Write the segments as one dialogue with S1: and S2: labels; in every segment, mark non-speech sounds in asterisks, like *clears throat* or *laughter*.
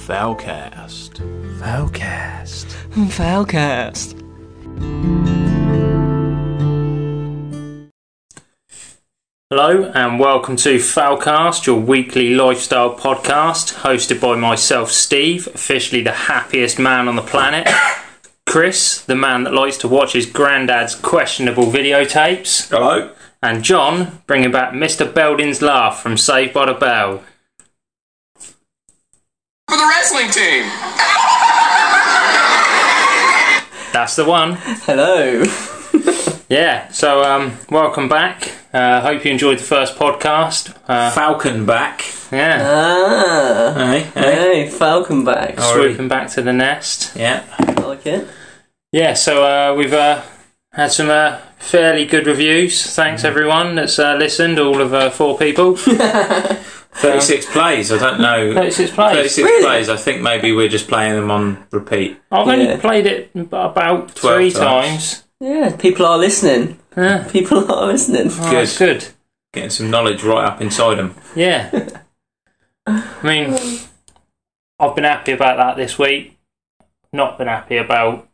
S1: Foulcast.
S2: Fowlcast.
S3: Foulcast.
S4: Hello and welcome to Foulcast, your weekly lifestyle podcast, hosted by myself, Steve, officially the happiest man on the planet. *coughs* Chris, the man that likes to watch his granddad's questionable videotapes.
S1: Hello.
S4: And John, bringing back Mr. Belding's laugh from Saved by the Bell.
S5: for the wrestling team.
S4: That's the one.
S3: Hello.
S4: Yeah, so um, welcome back. Uh, hope you enjoyed the first podcast. Uh,
S2: Falcon back.
S4: yeah,
S3: Ah.
S2: Hey, hey.
S3: Hey, Falcon back.
S2: Oh. sorry.
S4: swooping back to the nest.
S2: Yeah.
S3: I like it.
S4: Yeah, so uh, we've uh, had some uh, fairly good reviews.
S3: Mm.
S4: Thanks everyone that's uh, listened. All of uh, four
S3: *laughs*
S4: people.
S2: 36 plays. I don't know.
S4: Notice plays.
S2: 36
S3: Really?
S2: plays. I think maybe we're just playing them on repeat.
S4: I've
S3: Yeah.
S4: only played it about
S2: 12
S4: three
S2: times.
S4: times.
S3: Yeah, people are listening.
S4: Yeah.
S3: People are listening.
S4: Oh,
S2: Good.
S4: that's good.
S2: Getting some knowledge right up inside them.
S4: Yeah. I
S3: *laughs*
S4: mean, I've been happy about that this week. Not been happy about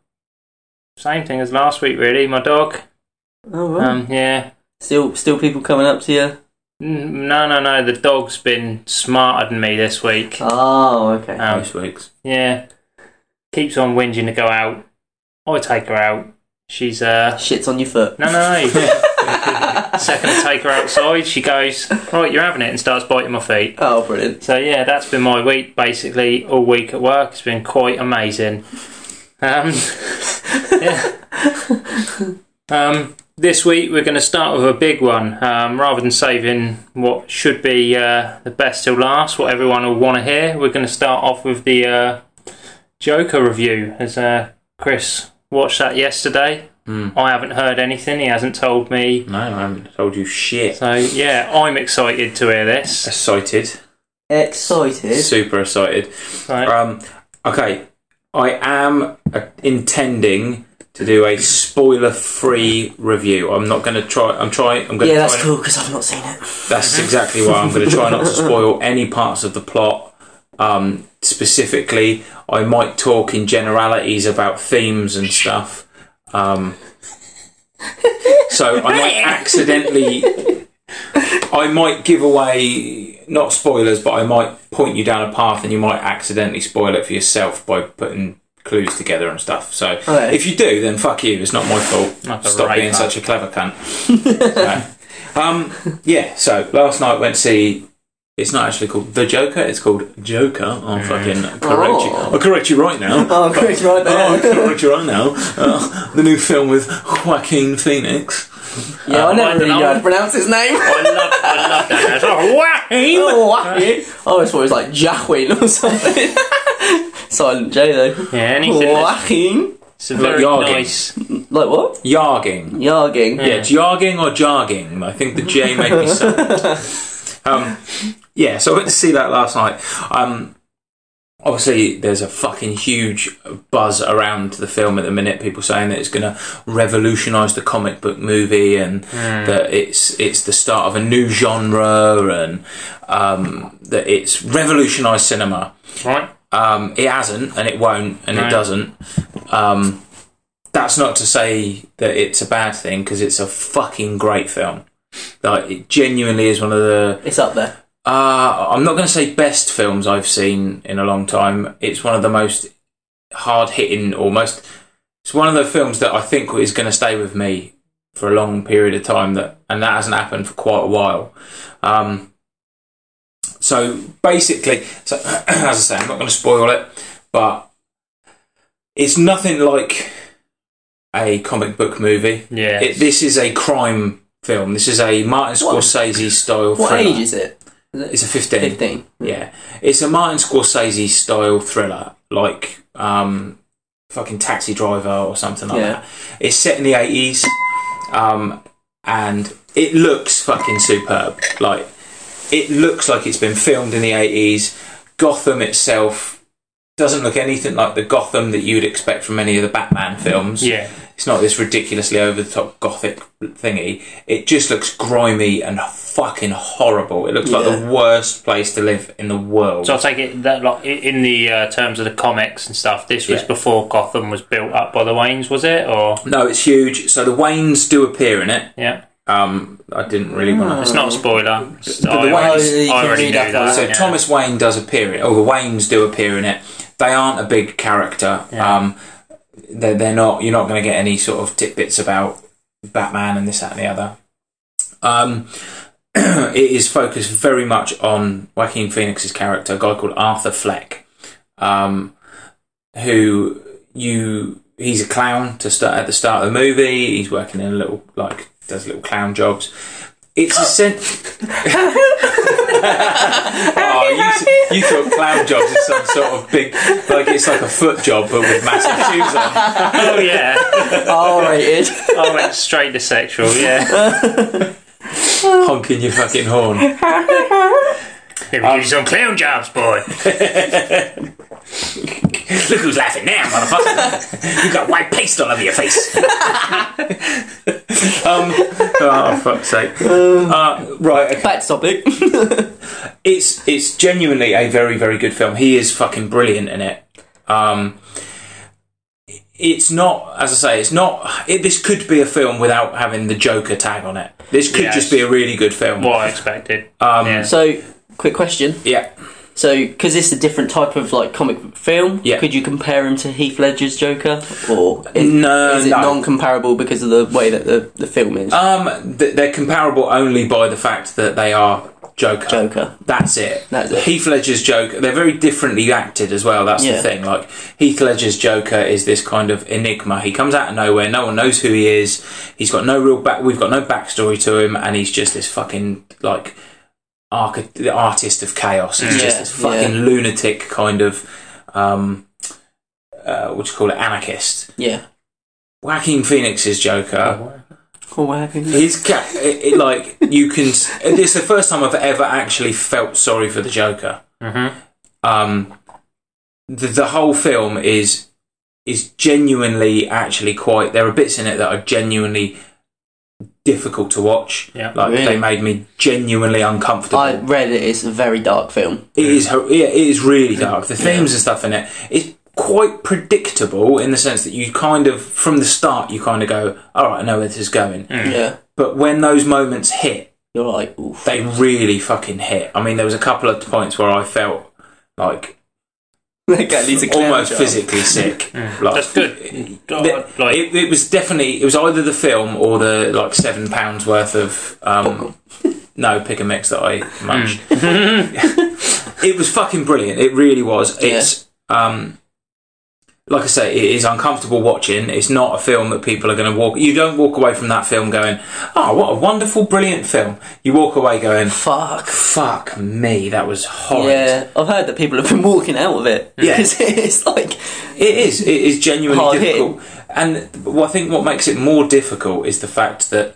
S4: same thing as last week. Really, my dog.
S3: Oh, right.
S4: Um, yeah.
S3: still, still people coming up to you.
S4: N- Mm, No, no, no. The dog's been smarter than me this week.
S3: Oh, okay.
S4: Um,
S2: Most weeks.
S4: Yeah. Keeps on whinging to go out. I take her out. She's uh
S3: Shits on your foot.
S4: no *laughs* no no. Second I take her outside, she goes, Right, you're having it and starts biting my feet.
S3: Oh, brilliant.
S4: So yeah, that's been my week basically all week at work. It's been quite amazing. Um *laughs* yeah. Um this week we're going to start with a big one. Um, rather than saving what should be uh, the best till last, what everyone will want to hear, we're going to start off with the uh, Joker review. As uh, Chris watched that yesterday,
S2: Hmm.
S4: I haven't heard anything. He hasn't told me.
S2: No, I haven't told you shit.
S4: So yeah, I'm excited to hear this.
S2: Excited.
S3: Excited.
S2: Super excited.
S4: So,
S2: Um, okay, I am uh, intending to do a spoiler-free review. I'm not going to try. I'm trying. I'm going.
S3: Yeah, that's cool because I've not seen it.
S2: That's exactly why I'm going to try not to spoil any parts of the plot. Um, specifically, I might talk in generalities about themes and stuff. Um, so I might accidentally, I might give away not spoilers, but I might point you down a path, and you might accidentally spoil it for yourself by putting clues together and stuff. So
S3: Okay.
S2: if you do, then fuck you. It's not my fault.
S4: Not the
S2: Stop
S4: right
S2: being
S4: part.
S2: such a clever cunt.
S4: *laughs*
S2: So, um, yeah, so last night went to see. It's not actually called The Joker. It's called Joker. I'll fucking correct you.
S3: Oh.
S2: I'll correct you right now.
S3: *laughs* Oh, Chris, right
S2: Oh, I'll
S3: there.
S2: correct you right now. Uh, the new film with Joaquin Phoenix.
S3: *laughs* yeah, I never
S4: I
S3: really
S4: dunno.
S3: know how to pronounce his
S4: *laughs*
S3: name.
S4: I love, I love that. Oh, wah!
S3: oh, wow. I always thought it was like Jacqueline or something. *laughs* Silent J though.
S4: Yeah, anything that's
S3: Joaquin.
S4: it's a very
S2: Jargon.
S4: nice.
S3: Like what?
S2: Yarging.
S3: Yarging.
S2: Yeah, jarging or jarging. I think the J made
S3: *laughs*
S2: me sound. Um, yeah, so I went to see that last night. Um, obviously, there's a fucking huge buzz around the film at the minute. People saying that it's going to revolutionise the comic book movie and that it's it's the start of a new genre and um, that it's revolutionised cinema.
S4: Right?
S2: Um, it hasn't, and it won't, and it
S4: No.
S2: doesn't. Um, that's not to say that it's a bad thing because it's a fucking great film. Like it genuinely is one of the.
S3: It's up there.
S2: Uh, I'm not going to say best films I've seen in a long time. It's one of the most hard hitting, almost. It's one of the films that I think is going to stay with me for a long period of time. That and that hasn't happened for quite a while. Um, so basically, so *clears throat* as I say, I'm not going to spoil it, but it's nothing like a comic book movie.
S4: Yeah.
S2: It, this is a crime film. This is a Martin
S3: What-
S2: Scorsese style.
S3: What
S2: thriller.
S3: age is it?
S2: It's a 15.
S3: Fifteen.
S2: Yeah. It's a Martin Scorsese style thriller, like um, fucking Taxi Driver or something like
S3: Yeah.
S2: that. It's set in the 80s um, and it looks fucking superb. Like, it looks like it's been filmed in the 80s. Gotham itself doesn't look anything like the Gotham that you'd expect from any of the Batman films.
S4: Yeah.
S2: It's not this ridiculously over the top gothic thingy. It just looks grimy and fucking horrible. It looks like
S3: Yeah.
S2: the worst place to live in the world.
S4: So I take it that like i- in the uh, terms of the comics and stuff, this was
S2: Yeah.
S4: before Gotham was built up by the Waynes, was it? Or
S2: no, it's huge. So the Waynes do appear in it.
S4: yeah, Hmm.
S2: Um, I didn't really want
S4: it's
S2: to.
S3: Um,
S4: not a spoiler. It's-
S2: But
S4: I
S2: the Waynes-
S3: Oh,
S4: already, I
S3: you can
S4: already
S3: read
S4: knew
S3: up on
S4: that.
S3: it.
S2: So
S4: yeah.
S2: Thomas Wayne does appear in it. Oh, the Waynes do appear in it. They aren't a big character.
S4: Yeah.
S2: Um, they're, they're not. You're not going to get any sort of tidbits about Batman and this, that, and the other. Um, *clears throat* it is focused very much on Joaquin Phoenix's character, a guy called Arthur Fleck, um, who you he's a clown to start at the start of the movie. He's working in a little like does little clown jobs. It's a sense. oh, you, s- you thought clown jobs is some sort of big, like it's like a foot job but with massive shoes on.
S4: oh yeah,
S3: Oh, R-rated.
S4: I went straight to sexual. Yeah,
S3: *laughs*
S2: honking your fucking horn.
S4: Here
S3: Um,
S4: we give you some clown jobs, boy.
S2: Look who's laughing now, motherfucker! you got white paste all over your face. *laughs* um, oh fuck's sake! Uh, right, okay.
S3: Back to topic.
S4: *laughs*
S2: it's it's genuinely a very very good film. He is fucking brilliant in it. Um, it's not, as I say, it's not. It, this could be a film without having the Joker tag on it. This could
S4: Yes.
S2: just be a really good film.
S4: What I expected.
S2: Um,
S4: yeah.
S3: so, quick question.
S2: Yeah,
S3: So, because it's a different type of like comic book film,
S2: Yeah.
S3: could you compare him to Heath Ledger's Joker, or is,
S2: No,
S3: is it
S2: no.
S3: non-comparable because of the way that the, the film is?
S2: um, th- they're comparable only by the fact that they are Joker.
S3: Joker.
S2: That's it.
S3: That's it.
S2: Heath Ledger's Joker. They're very differently acted as well. That's the
S3: Yeah.
S2: thing. Like Heath Ledger's Joker is this kind of enigma. He comes out of nowhere. No one knows who he is. He's got no real back. We've got no backstory to him, and he's just this fucking like arch- the artist of chaos. He's just
S3: Yeah,
S2: this fucking lunatic kind of um, uh, what do you call it? Anarchist.
S3: Yeah.
S2: Joaquin Phoenix's Joker
S3: Oh, what happened?
S2: his cat, it, it, like you can. s- It's the first time I've ever actually felt sorry for the Joker.
S4: Mhm.
S2: Um, the, the whole film is is genuinely actually quite. There are bits in it that are genuinely difficult to watch.
S4: Yeah.
S2: like they
S3: Really?
S2: made me genuinely uncomfortable.
S3: *laughs* I read it. It's a very dark film.
S2: It is hor- yeah, it is really dark. The themes and stuff in it is quite predictable in the sense that you kind of from the start you kind of go, all right, I know where this is going.
S4: Mm.
S3: Yeah.
S2: But when those moments hit
S3: You're like,
S2: *laughs*
S3: oof.
S2: they really fucking hit. I mean, there was a couple of points where I felt
S3: *laughs*
S2: like
S3: That guy needs a clown
S2: almost
S3: job. *laughs*
S2: physically sick. like,
S4: That's good. God, like
S2: it, it was definitely it was either the film or the like seven pounds worth of
S3: *laughs*
S2: um, no pick and mix that I munched.
S4: Hmm.
S2: *laughs* it was fucking brilliant. It really was.
S3: Yeah.
S2: It's um, like I say, it is uncomfortable watching. It's not a film that people are going to walk. You don't walk away from that film going, "Oh, what a wonderful, brilliant film." You walk away going,
S3: Fuck.
S2: Fuck me, that was horrid.
S3: Yeah, I've heard that people have been walking out of it.
S2: Yeah.
S3: because *laughs* it's like,
S2: It is. It is genuinely
S3: Hard
S2: difficult. And well, I think what makes it more difficult is the fact that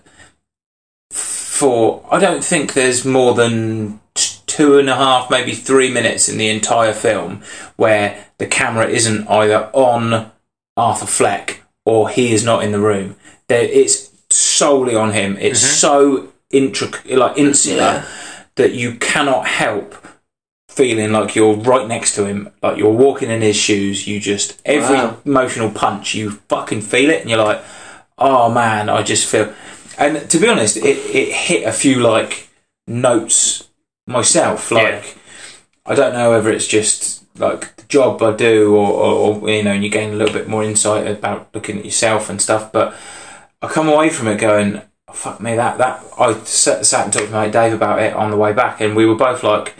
S2: for I don't think there's more than t- two and a half, maybe three minutes in the entire film where the camera isn't either on Arthur Fleck or he is not in the room. There, it's solely on him. It's so intricate, like insular,
S3: Mm-hmm. Yeah.
S2: that you cannot help feeling like you're right next to him, like you're walking in his shoes. You just every
S3: Wow.
S2: emotional punch, you fucking feel it, and you're like, oh man, I just feel. And to be honest, it, it hit a few like notes myself. Like I don't know whether it's just like the job I do, or, or, or you know, and you gain a little bit more insight about looking at yourself and stuff. But I come away from it going, "Oh, fuck me, that that. I sat, sat and talked to my mate Dave about it on the way back, and we were both like,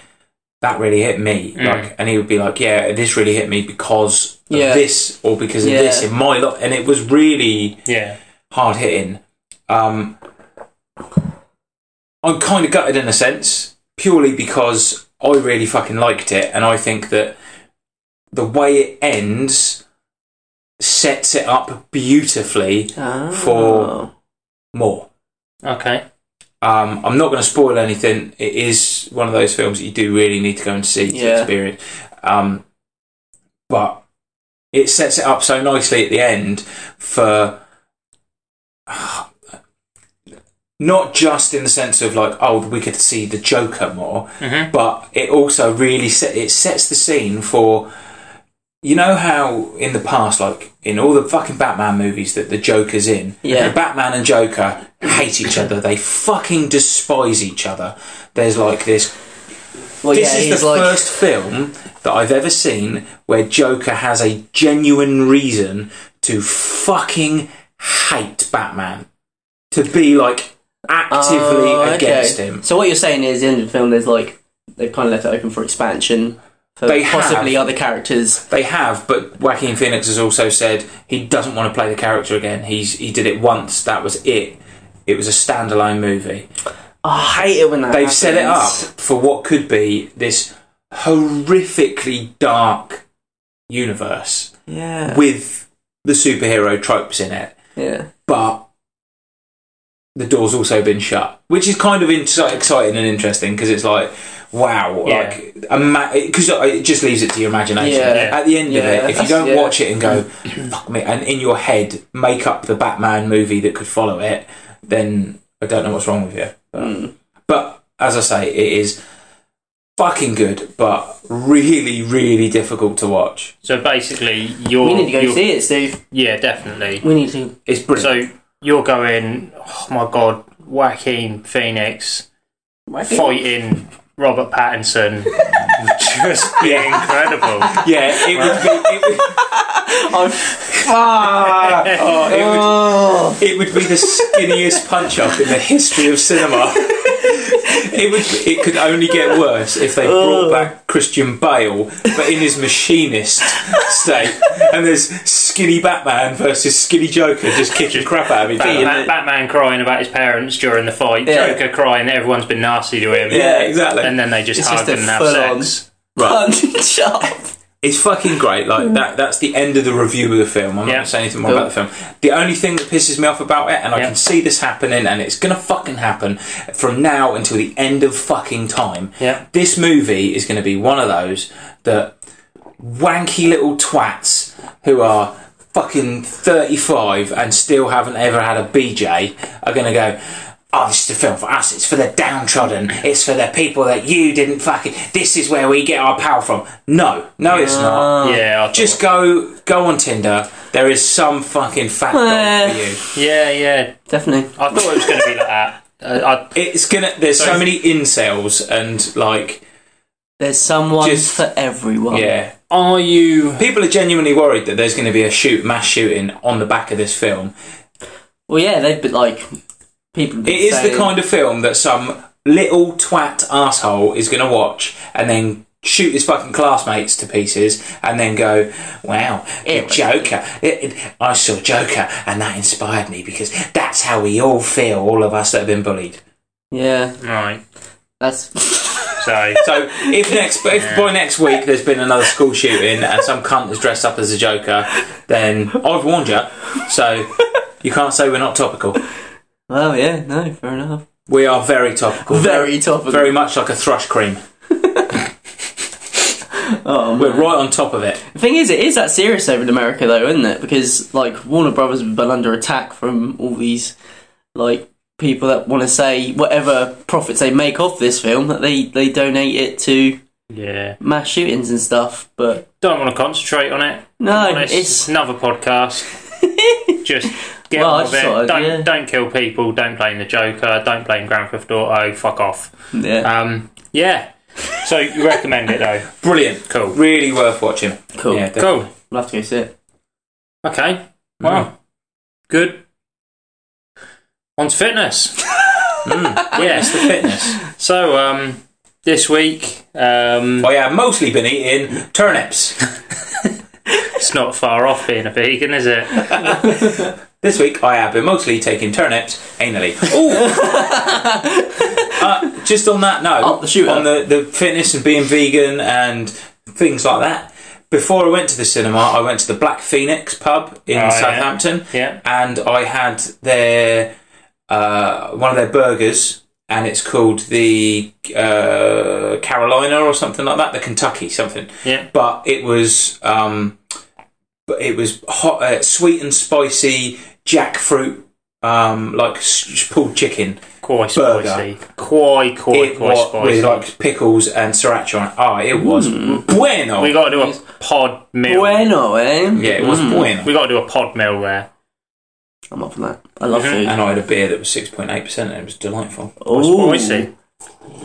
S2: that really hit me.
S4: Mm.
S2: Like, and he would be like, yeah, this really hit me because of
S3: Yeah.
S2: this or because of
S3: Yeah.
S2: this in my life, and it was really
S4: yeah,
S2: hard hitting. Um, I'm kind of gutted in a sense, purely because I really fucking liked it, and I think that the way it ends sets it up beautifully
S3: oh.
S2: For- more.
S4: okay.
S2: Um, I'm not going to spoil anything. It is one of those films that you do really need to go and see to
S3: Yeah.
S2: experience. Um, but it sets it up so nicely at the end for not just in the sense of like, oh, we could see the Joker more, but it also really set, it sets the scene for. You know how in the past, like in all the fucking Batman movies that the Joker's in,
S3: Yeah.
S2: the Batman and Joker hate each other. They fucking despise each other. There's like this
S3: Well,
S2: this
S3: yeah,
S2: is
S3: he's
S2: the
S3: like
S2: first film that I've ever seen where Joker has a genuine reason to fucking hate Batman. To be like actively
S3: Oh, okay.
S2: against him.
S3: So what you're saying is, the end of the film, there's like they've kind of left it open for expansion for
S2: They
S3: possibly
S2: have.
S3: other characters.
S2: They have, but Joaquin Phoenix has also said he doesn't want to play the character again. He's he did it once, that was it. It was a standalone movie.
S3: I hate it when that.
S2: They've set Oh, it up
S3: happens.
S2: for what could be this horrifically dark universe.
S3: Yeah.
S2: with the superhero tropes in it,
S3: yeah.
S2: but the door's also been shut, which is kind of in- so exciting and interesting because it's like, wow,
S4: Yeah.
S2: like because it just leaves it to your imagination.
S3: Yeah.
S2: At the end
S3: Yeah,
S2: of it, if you
S3: that's-
S2: don't
S3: yeah.
S2: watch it and go, fuck me, and in your head make up the Batman movie that could follow it, then I don't know what's wrong with you.
S3: Mm.
S2: But as I say, it is fucking good, but really, really difficult to watch.
S4: So basically, you're.
S3: We need to go
S4: you're-
S3: see it, Steve.
S4: Yeah, definitely.
S3: We need to.
S2: It's brilliant.
S4: So you're going, oh my god, Joaquin Phoenix fighting Robert
S3: *laughs*
S4: Pattinson. Just be incredible.
S2: Yeah, it would be. It would,
S3: *laughs*
S2: oh,
S3: Oh,
S2: it, would, it would be the skinniest punch up in the history of cinema. It would. It could only get worse if they brought back Christian Bale, but in his machinist state, and there's skinny Batman versus skinny Joker just kicking crap out of each
S4: Bat-
S2: other.
S4: Bat- Batman crying about his parents during the fight.
S3: Yeah.
S4: Joker crying. Everyone's been nasty to him.
S2: Yeah, exactly.
S4: And then they just
S3: It's
S4: hug
S3: just a
S4: and have
S3: full-on-
S4: sex.
S2: Right.
S3: punch up.
S2: It's fucking great. Like that. That's the end of the review of the film. I'm not
S4: Yeah.
S2: going to say anything more about the film. The only thing that pisses me off about it, and I
S4: Yeah.
S2: can see this happening, and it's going to fucking happen from now until the end of fucking time.
S4: Yeah.
S2: This movie is going to be one of those that wanky little twats who are fucking 35 and still haven't ever had a BJ are going to go. Oh, this is a film for us. It's for the downtrodden. It's for the people that you didn't fucking. This is where we get our power from. No, no, it's not.
S3: uh,
S4: Yeah, I
S2: Just go, go on Tinder. There is some fucking fat dog for you.
S4: thought- yeah, yeah.
S3: Definitely.
S4: I thought it was going to be like
S3: *laughs*
S4: that. Uh, I,
S2: It's gonna. There's so many incels and like,
S3: There's someone
S2: Just-
S3: for everyone.
S2: yeah.
S4: are you?
S2: People are genuinely worried that there's going to be a shoot mass shooting on the back of this film.
S3: Well, yeah, they'd be like people. would be
S2: It is
S3: saying,
S2: the kind of film that some little twat asshole is going to watch and then shoot his fucking classmates to pieces and then go, "Wow, the
S3: Ew.
S2: Joker! It, it- I saw Joker and that inspired me because that's how we all feel, all of us that have been bullied."
S3: Yeah,
S4: Right.
S3: that's. *laughs*
S4: So
S2: So if next, but if by next week there's been another school shooting and some cunt is dressed up as a Joker, then I've warned you. So you can't say we're not topical.
S3: well, yeah, no, fair enough.
S2: We are very topical.
S3: Very topical.
S2: very much like a thrush cream.
S3: *laughs* Oh,
S2: We're right on top of it.
S3: The thing is, it is that serious over in America, though, isn't it? Because like Warner Brothers have been under attack from all these like people that want to say whatever profits they make off this film that they they donate it to
S4: yeah,
S3: mass shootings and stuff. But
S4: don't want to concentrate on it.
S3: no,
S4: Honest,
S3: it's
S4: another podcast. Just get
S3: Well, I
S4: on with
S3: just
S4: it.
S3: thought I'd-
S4: don't
S3: yeah.
S4: don't kill people. Don't blame the Joker. Don't blame Grand Theft Auto. Fuck off.
S3: *laughs* yeah,
S4: Um. Yeah. So you recommend it though?
S2: Brilliant.
S4: Cool.
S2: Really worth watching.
S3: cool.
S2: Yeah, definitely.
S4: Cool.
S3: We'll have to go see it.
S4: Okay. Wow.
S3: Hmm.
S4: Good. On to
S3: *laughs*
S4: fitness. Hmm. yes.
S2: Yes, the *laughs* fitness.
S4: So um, this week um,
S2: I have mostly been eating turnips.
S4: it's not far off being a vegan, is it?
S2: This week I have been mostly taking turnips anally.
S3: *laughs*
S2: Ooh. uh, just on that note,
S3: Up the shooter.
S2: on the, the fitness and being vegan and things like that. Before I went to the cinema, I went to the Black Phoenix pub in
S4: Oh, yeah.
S2: Southampton.
S4: Yeah.
S2: and I had their uh, one of their burgers, and it's called the uh, Carolina or something like that, the Kentucky something.
S4: Yeah.
S2: But it was um, but it was hot, uh, sweet and spicy jackfruit um, like s- pulled chicken
S4: Quite
S2: Burger.
S4: spicy. Quite, quite,
S2: it
S4: quite
S2: was,
S4: spicy. Mm.
S2: with like pickles and sriracha on it. Ah, it was bueno.
S4: we got to do a pod meal.
S3: Bueno, eh?
S2: yeah, it was
S3: Mm.
S2: bueno.
S4: We got to do a pod meal there.
S3: I'm up for that. I love
S4: Mhm.
S3: food.
S2: And I had a beer that was 6.8% and it was delightful.
S3: Ooh.
S4: Spicy.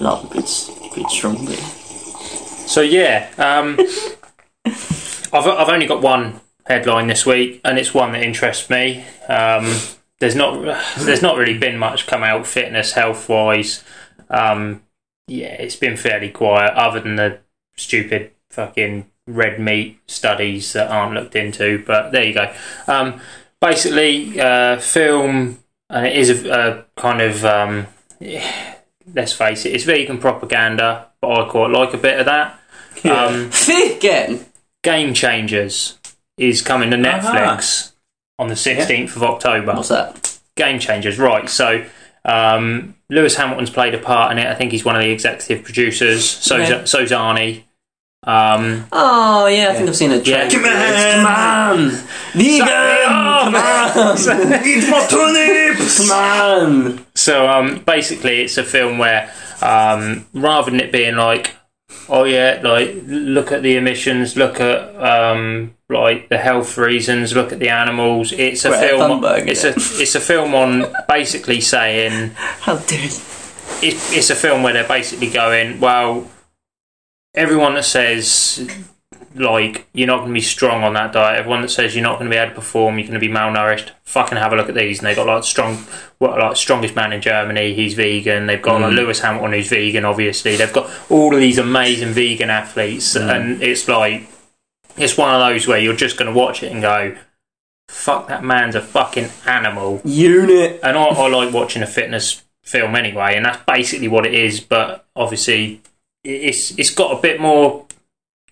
S3: Love good, good strong beer. *laughs*
S4: So yeah, um, I've I've only got one headline this week, and it's one that interests me. Um, there's not there's not really been much come out fitness health wise. Um, yeah, it's been fairly quiet, other than the stupid fucking red meat studies that aren't looked into. But there you go. Um, basically, uh, film and it is a, a kind of um, *sighs* let's face it, it's vegan propaganda, but I quite like a bit of that. Um,
S3: Vegan.
S4: Game Changers is coming to Netflix on the 16th of October.
S3: What's that?
S4: Game Changers, right. So, um, Lewis Hamilton's played a part in it. I think he's one of the executive producers. So,
S3: Yeah.
S4: so's Arnie. Um,
S3: Oh yeah, I think I've seen a
S4: Yeah.
S3: trailer.
S4: Come
S3: on, vegan. Come on,
S2: it's my
S4: *laughs*
S2: turnips!
S3: come on.
S4: so, um, basically, it's a film where um, rather than it being like, oh yeah, like look at the emissions, look at um, like the health reasons, look at the animals. It's a
S3: Greta
S4: film.
S3: Thunberg,
S4: it's
S3: yeah.
S4: a it's a film on basically saying
S3: How dare you?
S4: it, it's a film where they're basically going, well, everyone that says like you're not going to be strong on that diet, everyone that says you're not going to be able to perform, you're going to be malnourished, fucking have a look at these. And they got like strong, what like strongest man in Germany, he's vegan. They've got like Lewis Hamilton, who's vegan, obviously. They've got all of these amazing vegan athletes, and it's like it's one of those where you're just going to watch it and go. Fuck that man's a fucking animal
S3: Unit.
S4: and I, I like watching a fitness film anyway, and that's basically what it is. But obviously, i- it's it's got a bit more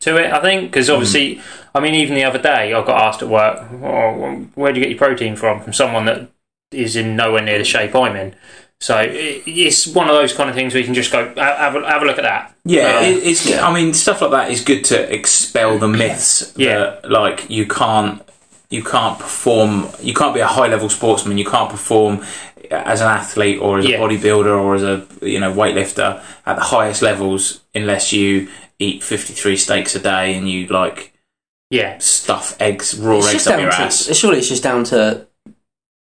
S4: to it, I think, because
S3: Hmm.
S4: obviously, I mean, even the other day, I got asked at work, "Oh, where do you get your protein from?" From someone that is in nowhere near the shape I'm in. So i it's one of those kind of things where you can just go "Ha- have a, have a look at that.
S3: Uh,
S2: Yeah,
S4: Um,
S2: it, it's. I mean, stuff like that is good to expel the myths
S4: Yeah.
S2: that, like, you can't, you can't perform, you can't be a high level sportsman, you can't perform as an athlete or as
S4: Yeah.
S2: a bodybuilder or as a you know weightlifter at the highest levels unless you eat fifty three steaks a day and you like
S4: yeah,
S2: stuff eggs raw
S3: It's
S2: eggs
S3: just
S2: up
S3: down
S2: your
S3: to.
S2: ass.
S3: Surely it's just down to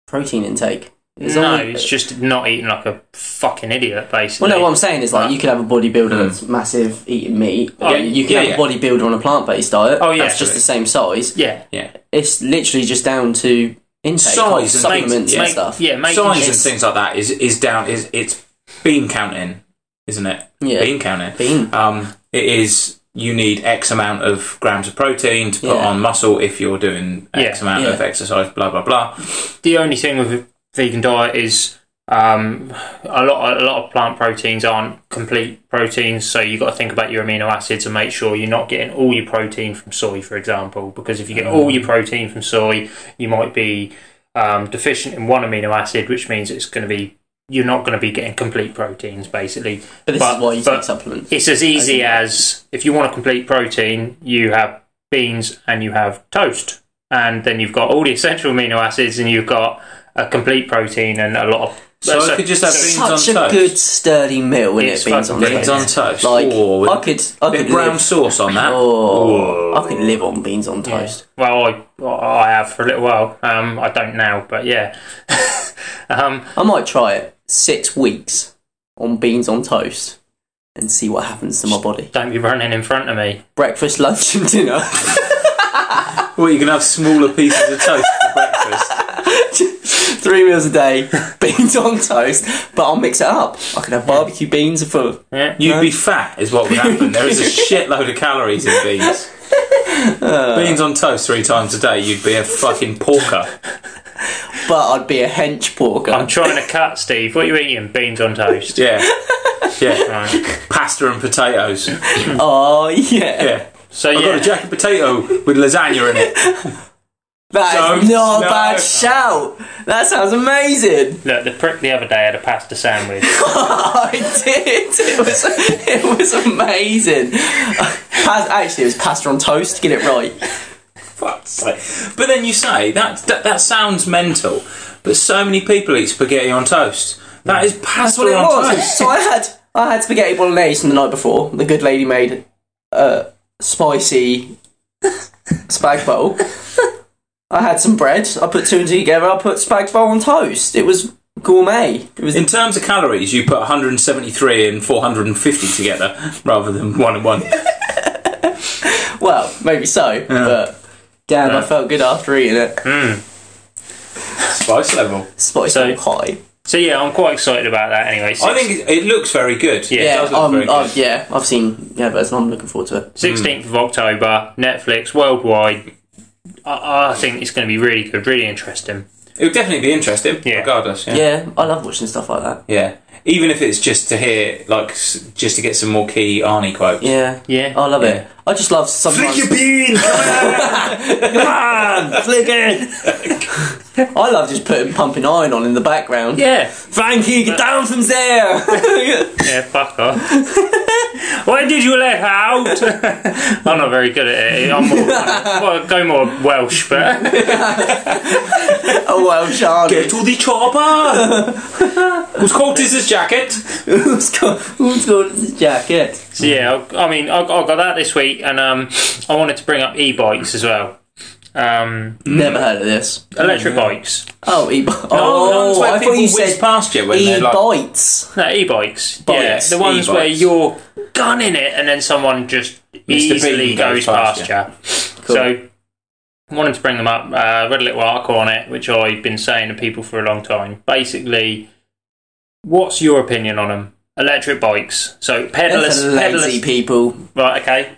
S3: protein intake. It's
S4: no,
S3: only-
S4: it's just not eating like a fucking idiot, basically.
S3: Well, no, what I'm saying is like
S4: Right.
S3: you could have a bodybuilder that's massive eating meat.
S4: Oh,
S3: and you could
S2: yeah,
S3: have
S2: yeah.
S3: a bodybuilder on a plant-based diet.
S4: Oh, yeah,
S3: that's just
S2: absolutely.
S3: the same size.
S4: yeah,
S2: Yeah,
S3: It's literally just down to intake,
S2: Size
S3: like
S2: and
S3: supplements
S2: make-
S3: and
S4: Make-
S3: stuff.
S4: yeah, making
S2: signs and
S4: sense.
S2: things like that is is down is it's bean counting, isn't it?
S3: Yeah.
S2: Bean counting.
S3: Bean.
S2: Um, it is you need X amount of grams of protein to put
S3: Yeah.
S2: on muscle if you're doing X
S4: Yeah,
S2: amount
S3: yeah.
S2: of exercise, blah blah blah.
S4: the only thing with a vegan diet is um, a lot a lot of plant proteins aren't complete proteins, so you've got to think about your amino acids and make sure you're not getting all your protein from soy, for example, because if you get all your protein from soy, you might be um, deficient in one amino acid, which means it's going to be you're not going to be getting complete proteins basically.
S3: But this is why you
S4: but-
S3: take supplements.
S4: it's as easy
S3: Okay.
S4: as if you want a complete protein, you have beans and you have toast, and then you've got all the essential amino acids, and you've got a complete protein and a lot of.
S2: So I could just have beans on
S3: Such a
S2: toast.
S3: good sturdy meal when
S4: It's
S3: it beans on
S4: fucking
S2: Beans
S3: toast.
S2: on toast.
S3: Like
S2: Or with
S3: I could, I
S2: a bit
S3: could
S2: of brown
S3: live.
S2: sauce on that.
S3: Oh, I could live on beans on toast.
S4: Well, I I have for a little while. Um, I don't now, but yeah. *laughs* um,
S3: I might try it six weeks on beans on toast and see what happens to my body.
S4: don't be running in front of me.
S3: Breakfast, lunch, and dinner. *laughs*
S2: Well, you can have smaller pieces of toast for
S3: *laughs*
S2: breakfast.
S3: Three meals
S2: *laughs*
S3: a day, beans on toast. But I'll mix it up. I could have barbecue beans for.
S4: Yeah.
S2: You'd be fat, is what would happen. There
S3: *laughs*
S2: is a shitload of calories in beans. beans on toast three times a day, you'd be a fucking porker.
S3: But I'd be a hench porker.
S4: I'm trying to cut, Steve. What are you eating? Beans on toast.
S2: Yeah. Yeah.
S4: Right.
S2: Pasta and potatoes.
S3: oh yeah,
S2: Yeah.
S4: So
S2: I've got
S4: yeah,
S2: a jacket potato with lasagna in it.
S3: that
S2: Don't-
S3: is not a
S2: no.
S3: bad shout. That sounds amazing.
S4: look, the prick the other day had a pasta sandwich.
S3: I did. It was it was amazing. Pas- actually, it was pasta on toast. Get it right.
S2: Fuck's sake. But then you say that, that that sounds mental. But so many people eat spaghetti on toast. That is
S3: That's what
S2: pasta
S3: it
S2: on
S3: was.
S2: toast.
S3: so I had I had spaghetti bolognese from the night before. The good lady made a spicy spag bowl. I had some bread. I put two and two together. I put spag bowl on toast. It was gourmet. It was
S2: In terms of calories, you put 173 and 450 together rather than one and one.
S3: well, maybe so, but damn, I
S4: Yeah.
S3: felt good after eating it.
S2: Spice level.
S3: Spicy
S4: So-
S3: high.
S4: So yeah, I'm quite excited about that. Anyway,
S2: I think it- it looks very good.
S4: Yeah.
S2: it does
S3: Yeah,
S2: look very good.
S3: um, uh, yeah, I've seen yeah, but I'm looking forward to it.
S4: sixteenth of October, Netflix worldwide. I, I think it's going to be really good, really interesting.
S2: It would definitely be interesting,
S4: Yeah.
S2: regardless. Yeah. yeah,
S3: Yeah, I love watching stuff like that.
S2: Even if it's just to hear, like, s- just to get some more key Arnie quotes.
S3: Yeah,
S4: Yeah.
S3: I love
S2: Yeah.
S3: it. I just love sometimes.
S2: bean.
S3: *laughs* Flick it. *laughs* I love just putting pumping iron on in the background.
S4: Yeah,
S3: Frankie, get down from there.
S4: yeah, fuck off. *laughs* Why did you let her out? *laughs* I'm not very good at it. I'm more, *laughs* well, go more Welsh, but
S3: *laughs*
S4: *laughs*
S3: oh well, Charlie.
S2: to the chopper. Whose coat is this jacket?
S3: Who's got who's got this jacket?
S4: so yeah. I, I mean, I, I got that this week, and um, I wanted to bring up e-bikes as well. Um,
S2: Mm.
S3: Never heard of this.
S4: electric bikes,
S3: Oh, e.
S2: Oh,
S3: Oh,
S2: where
S3: I
S2: people
S3: thought you
S2: whiz
S3: said
S2: past you when
S3: e
S2: they're like,
S3: bites.
S4: no e-bikes, yeah,
S2: Bikes,
S4: the ones
S2: e-bikes.
S4: where you're gunning it, and then someone just easily
S2: Bean
S4: goes
S2: goes
S4: past,
S2: past
S4: you. So, wanted to bring them up. Uh, read a little article on it, which I've been saying to people for a long time. Basically, what's your opinion on them? Electric bikes. So pedalers,
S3: That's a lazy
S4: pedalers.
S3: people.
S4: Right. Okay.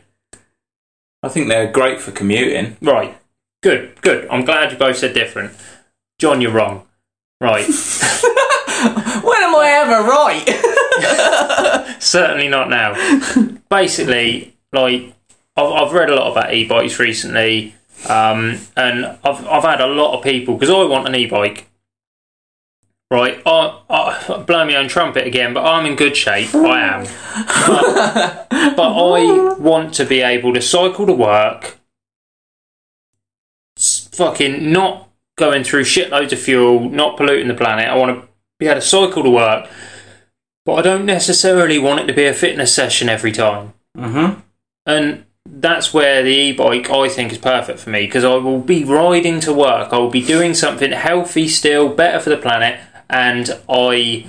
S2: I think they're great for commuting.
S4: Right. Good. Good. I'm glad you both said different. John, you're wrong. Right.
S3: When am I ever right?
S4: Certainly not now. Basically, like I've, I've read a lot about e-bikes recently, um, and I've I've had a lot of people because I want an e-bike. Right, I, I blow my own trumpet again, but I'm in good shape. I am, but, but I want to be able to cycle to work. s- Fucking not going through shitloads of fuel, not polluting the planet. I want to be able to cycle to work, but I don't necessarily want it to be a fitness session every time.
S2: Mm-hmm.
S4: And that's where the e bike I think is perfect for me because I will be riding to work, I will be doing something healthy still, better for the planet, and I.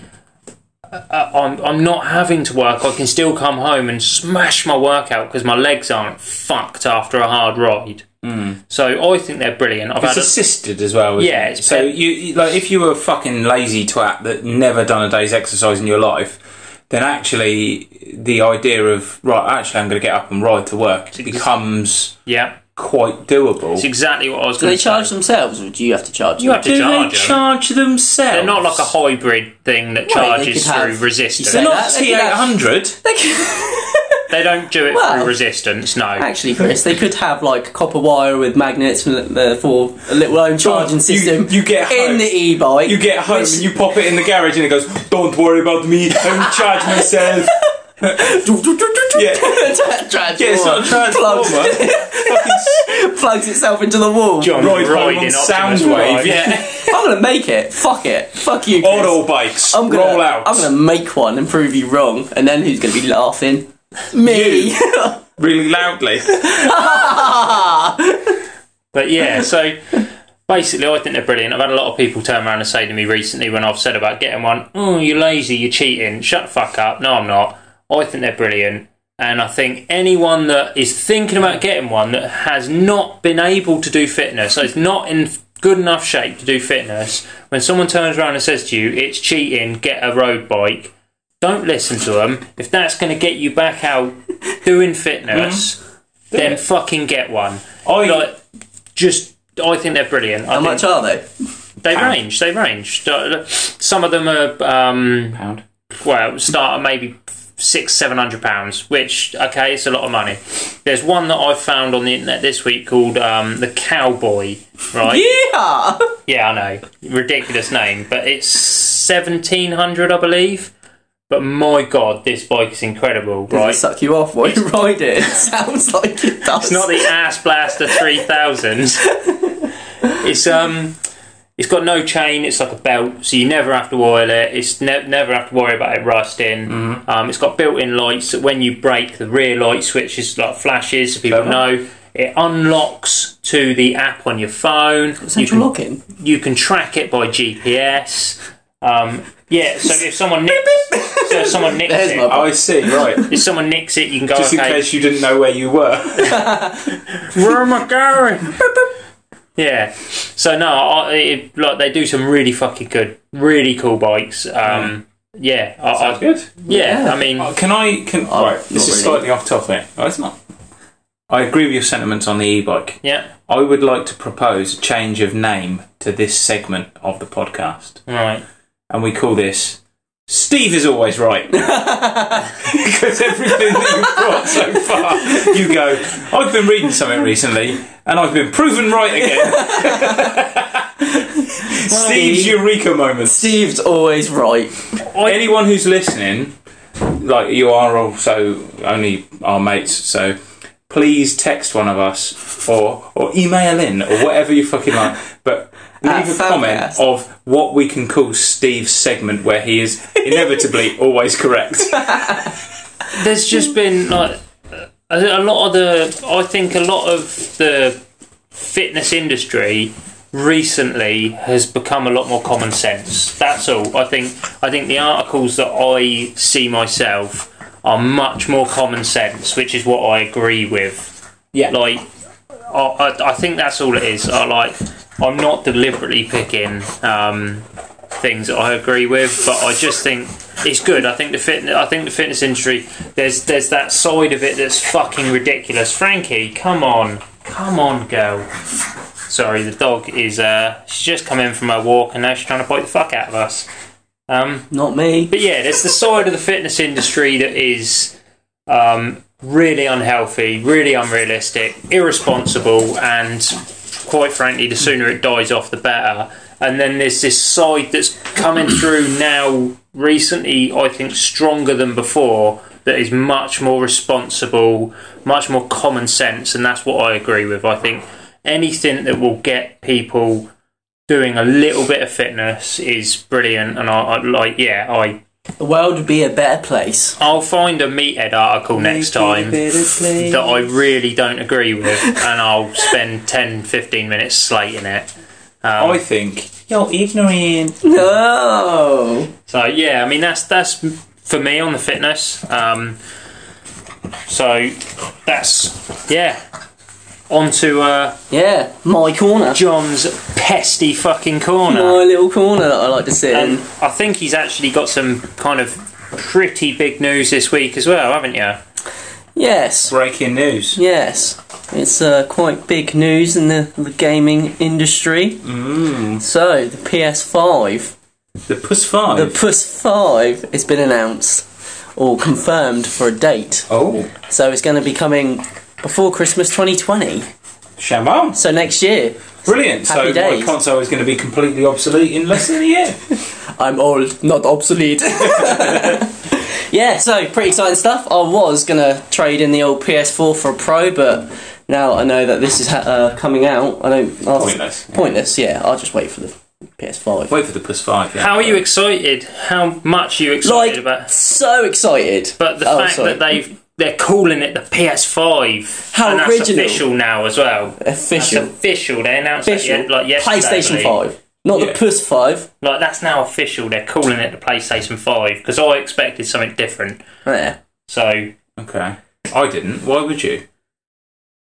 S4: Uh, I'm, I'm not having to work. I can still come home and smash my workout because my legs aren't fucked after a hard ride.
S3: Mm.
S4: So I think they're brilliant. I've
S2: It's
S4: had a,
S2: assisted as well. isn't
S4: Yeah,
S2: it?
S4: it's
S2: so
S4: pet-
S2: you you- like if you were a fucking lazy twat that never done a day's exercise in your life, then actually the idea of right, actually I'm going to get up and ride to work becomes
S4: yeah,
S2: quite doable.
S4: it's exactly what I was
S3: Do
S4: going
S3: they
S4: to say.
S3: charge themselves, or do you have to charge?
S4: You
S3: them?
S4: have to charge
S2: they
S4: 'em.
S2: charge themselves?
S4: They're not like a hybrid thing that charges
S3: could have-
S4: through resistance.
S2: They're
S4: They,
S2: not
S3: They could
S2: T eight hundred.
S4: don't do it
S3: Well-
S4: through resistance, no.
S3: Actually, Chris, they could have like copper wire with magnets for, uh, for a little home charging
S2: you-
S3: system.
S2: you get
S3: in
S2: home.
S3: the e-bike. *laughs*
S2: You get home
S3: which-
S2: and you pop it in the garage and it goes, Don't worry about me, I will charge myself. Yeah.
S3: Transformer.
S2: Yeah, it's not a transformer.
S4: *laughs*
S3: Plugs,
S2: Fucking
S3: *laughs* plugs itself into the wall.
S4: John
S2: ride home
S4: Royd
S2: on
S4: in Optimus
S2: Soundwave.
S4: Prime.
S2: Yeah.
S3: I'm gonna make it. Fuck it. Fuck you. Chris.
S2: Auto bikes.
S3: I'm gonna,
S2: roll out.
S3: I'm gonna make one and prove you wrong, and then who's gonna be laughing? *laughs* Me.
S2: Really loudly. *laughs*
S4: But yeah, so basically, I think they're brilliant. I've had a lot of people turn around and say to me recently when I've said about getting one, oh, you're lazy, you're cheating, shut the fuck up. No, I'm not. I think they're brilliant. And I think anyone that is thinking about getting one that has not been able to do fitness, so it's not in good enough shape to do fitness, when someone turns around and says to you, it's cheating, get a road bike, don't listen to them. If that's going to get you back out doing fitness, then fucking get one.
S2: I-
S4: like, just I think they're brilliant. I
S3: How
S4: think
S3: much are they?
S4: they range. They range. Uh, Some of them are um,
S2: Pound.
S4: well start at maybe six, seven hundred pounds, which okay, it's a lot of money. There's one that I found on the internet this week called um, the Cowboy. Right?
S3: Yeah.
S4: yeah, I know, ridiculous name, but it's seventeen hundred, I believe. But my god, this bike is incredible,
S3: Does it
S4: right?
S3: suck you off while you ride it? *laughs* It sounds like it does.
S4: It's not the Ass Blaster 3000. It's um It's got no chain. It's like a belt, so you never have to oil it. It's ne- never have to worry about it rusting. Um, it's got built-in lights that when you break, the rear light switches like flashes, so people
S2: Clever.
S4: know. It unlocks to the app on your phone. You
S3: Central
S4: can,
S3: locking.
S4: you can track it by GPS. Um, yeah, so if someone nicks, so if someone nicks
S3: There's
S4: it,
S3: my-
S2: I see, right.
S4: if someone nicks it, you can go.
S2: Just in
S4: okay,
S2: case you didn't know where you were.
S4: Where am I going? yeah. So no, I, it, like they do some really fucking good, really cool bikes. Um, yeah, I, I,
S2: good. *laughs*
S4: yeah,
S3: Yeah.
S4: I mean,
S2: Uh, Can I? Can
S3: Oh,
S2: right? This
S3: not
S2: is
S3: really.
S2: slightly off topic. Oh, it's not. I agree with your sentiments on the e-bike.
S4: yeah.
S2: I would like to propose a change of name to this segment of the podcast,
S4: Right.
S2: and we call this "Steve is always right" because everything that you've brought so far, you go. I've been reading something recently, and I've been proven right again. Steve's eureka moment.
S3: Steve's always right.
S2: anyone who's listening, like you are also only our mates, so please text one of us or or email in or whatever you fucking like. But
S3: At
S2: leave a comment
S3: Fancast.
S2: of what we can call Steve's segment where he is inevitably always correct.
S4: There's just been like a, a lot of the. I think a lot of the fitness industry recently has become a lot more common sense. That's all. I think. I think the articles that I see myself are much more common sense, which is what I agree with.
S2: Yeah.
S4: like I, I, I think that's all it is i like i'm not deliberately picking um, things that i agree with but i just think it's good i think the fitness i think the fitness industry there's there's that side of it that's fucking ridiculous frankie come on come on girl sorry the dog is uh she's just come in from her walk and now she's trying to bite the fuck out of us um
S3: Not me.
S4: but yeah, there's the side of the fitness industry that is um, really unhealthy, really unrealistic, irresponsible, and quite frankly, the sooner it dies off, the better. And then there's this side that's coming through now recently, I think, stronger than before, that is much more responsible, much more common sense, and that's what I agree with. I think anything that will get people doing a little bit of fitness is brilliant, and I, I like, yeah, I
S3: The world would be a better place.
S4: I'll find a meathead article next time that I really don't agree with, and I'll spend 10, 15 minutes slating it. Um,
S2: I think you're ignorant.
S3: No.
S4: so yeah, I mean that's that's for me on the fitness. Um, so that's yeah. On to uh,
S3: Yeah, my corner.
S4: John's pesty fucking corner.
S3: My little corner that I like to sit
S4: And
S3: in.
S4: I think he's actually got some kind of pretty big news this week as well, haven't you?
S3: Yes.
S2: Breaking news.
S3: Yes. It's uh, quite big news in the, the gaming industry.
S2: Mm.
S3: So, the PS5,
S2: The Puss Five.
S3: the PS5 has been announced or confirmed for a date.
S2: oh,
S3: So, it's going to be coming before Christmas 2020.
S2: Shaman.
S3: So, next year.
S2: Brilliant. so
S3: Happy
S2: my
S3: days.
S2: console is going to be completely obsolete in less than a year.
S3: I'm old, not obsolete. *laughs* yeah, so pretty exciting stuff. I was gonna trade in the old PS4 for a Pro, but now I know that this is ha- uh, coming out. I don't. I'll,
S2: Pointless.
S3: Pointless. Yeah, I'll just wait for the PS5.
S2: Wait for the Puss Five. Yeah.
S4: How are you excited? How much are you excited
S3: Like
S4: about?
S3: so excited.
S4: But the
S3: Oh,
S4: fact
S3: sorry.
S4: that they've they're calling it the PS5,
S3: How
S4: and that's
S3: original.
S4: official now as well. That's
S3: *laughs* official,
S4: official. They announced it
S3: official.
S4: ye- like yesterday.
S3: PlayStation
S4: I believe.
S3: Five, not
S2: Yeah.
S3: the PS Five.
S4: Like that's now official. They're calling it the PlayStation Five because I expected something different.
S3: Oh, Yeah.
S4: So
S2: Okay. I didn't. Why would you?